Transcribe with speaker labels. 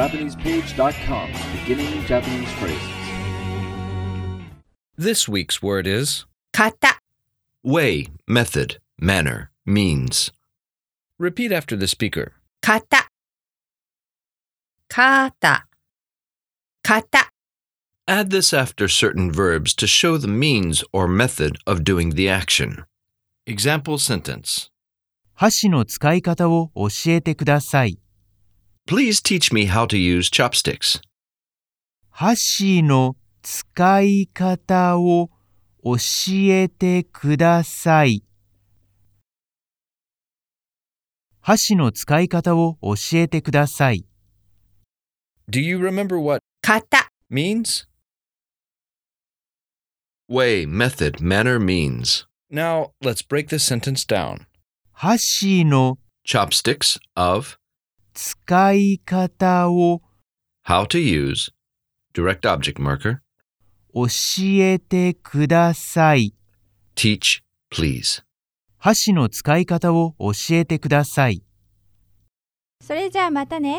Speaker 1: JapanesePage.com, beginning Japanese phrases.
Speaker 2: This week's word is
Speaker 3: 型、
Speaker 4: Way, method, manner, means.
Speaker 2: repeat after the speaker.
Speaker 3: 型、型、型、
Speaker 4: Add this after certain verbs to show the means or method of doing the action. Example sentence
Speaker 5: 箸の使い方を教えてください。
Speaker 4: Please teach me how to use chopsticks.
Speaker 5: 箸の使い方を教えてください。箸の使い方を教えてください。
Speaker 2: Do you remember what
Speaker 3: 型、
Speaker 2: means?
Speaker 4: Way, method, manner, means.
Speaker 2: Now, let's break this sentence down.
Speaker 5: 箸の
Speaker 4: Chopsticks of
Speaker 5: 使い方を
Speaker 4: how to use direct object marker.
Speaker 5: 教えてください。
Speaker 4: Teach, please.
Speaker 5: 箸の使い方を教えてください。
Speaker 6: それじゃあまたね。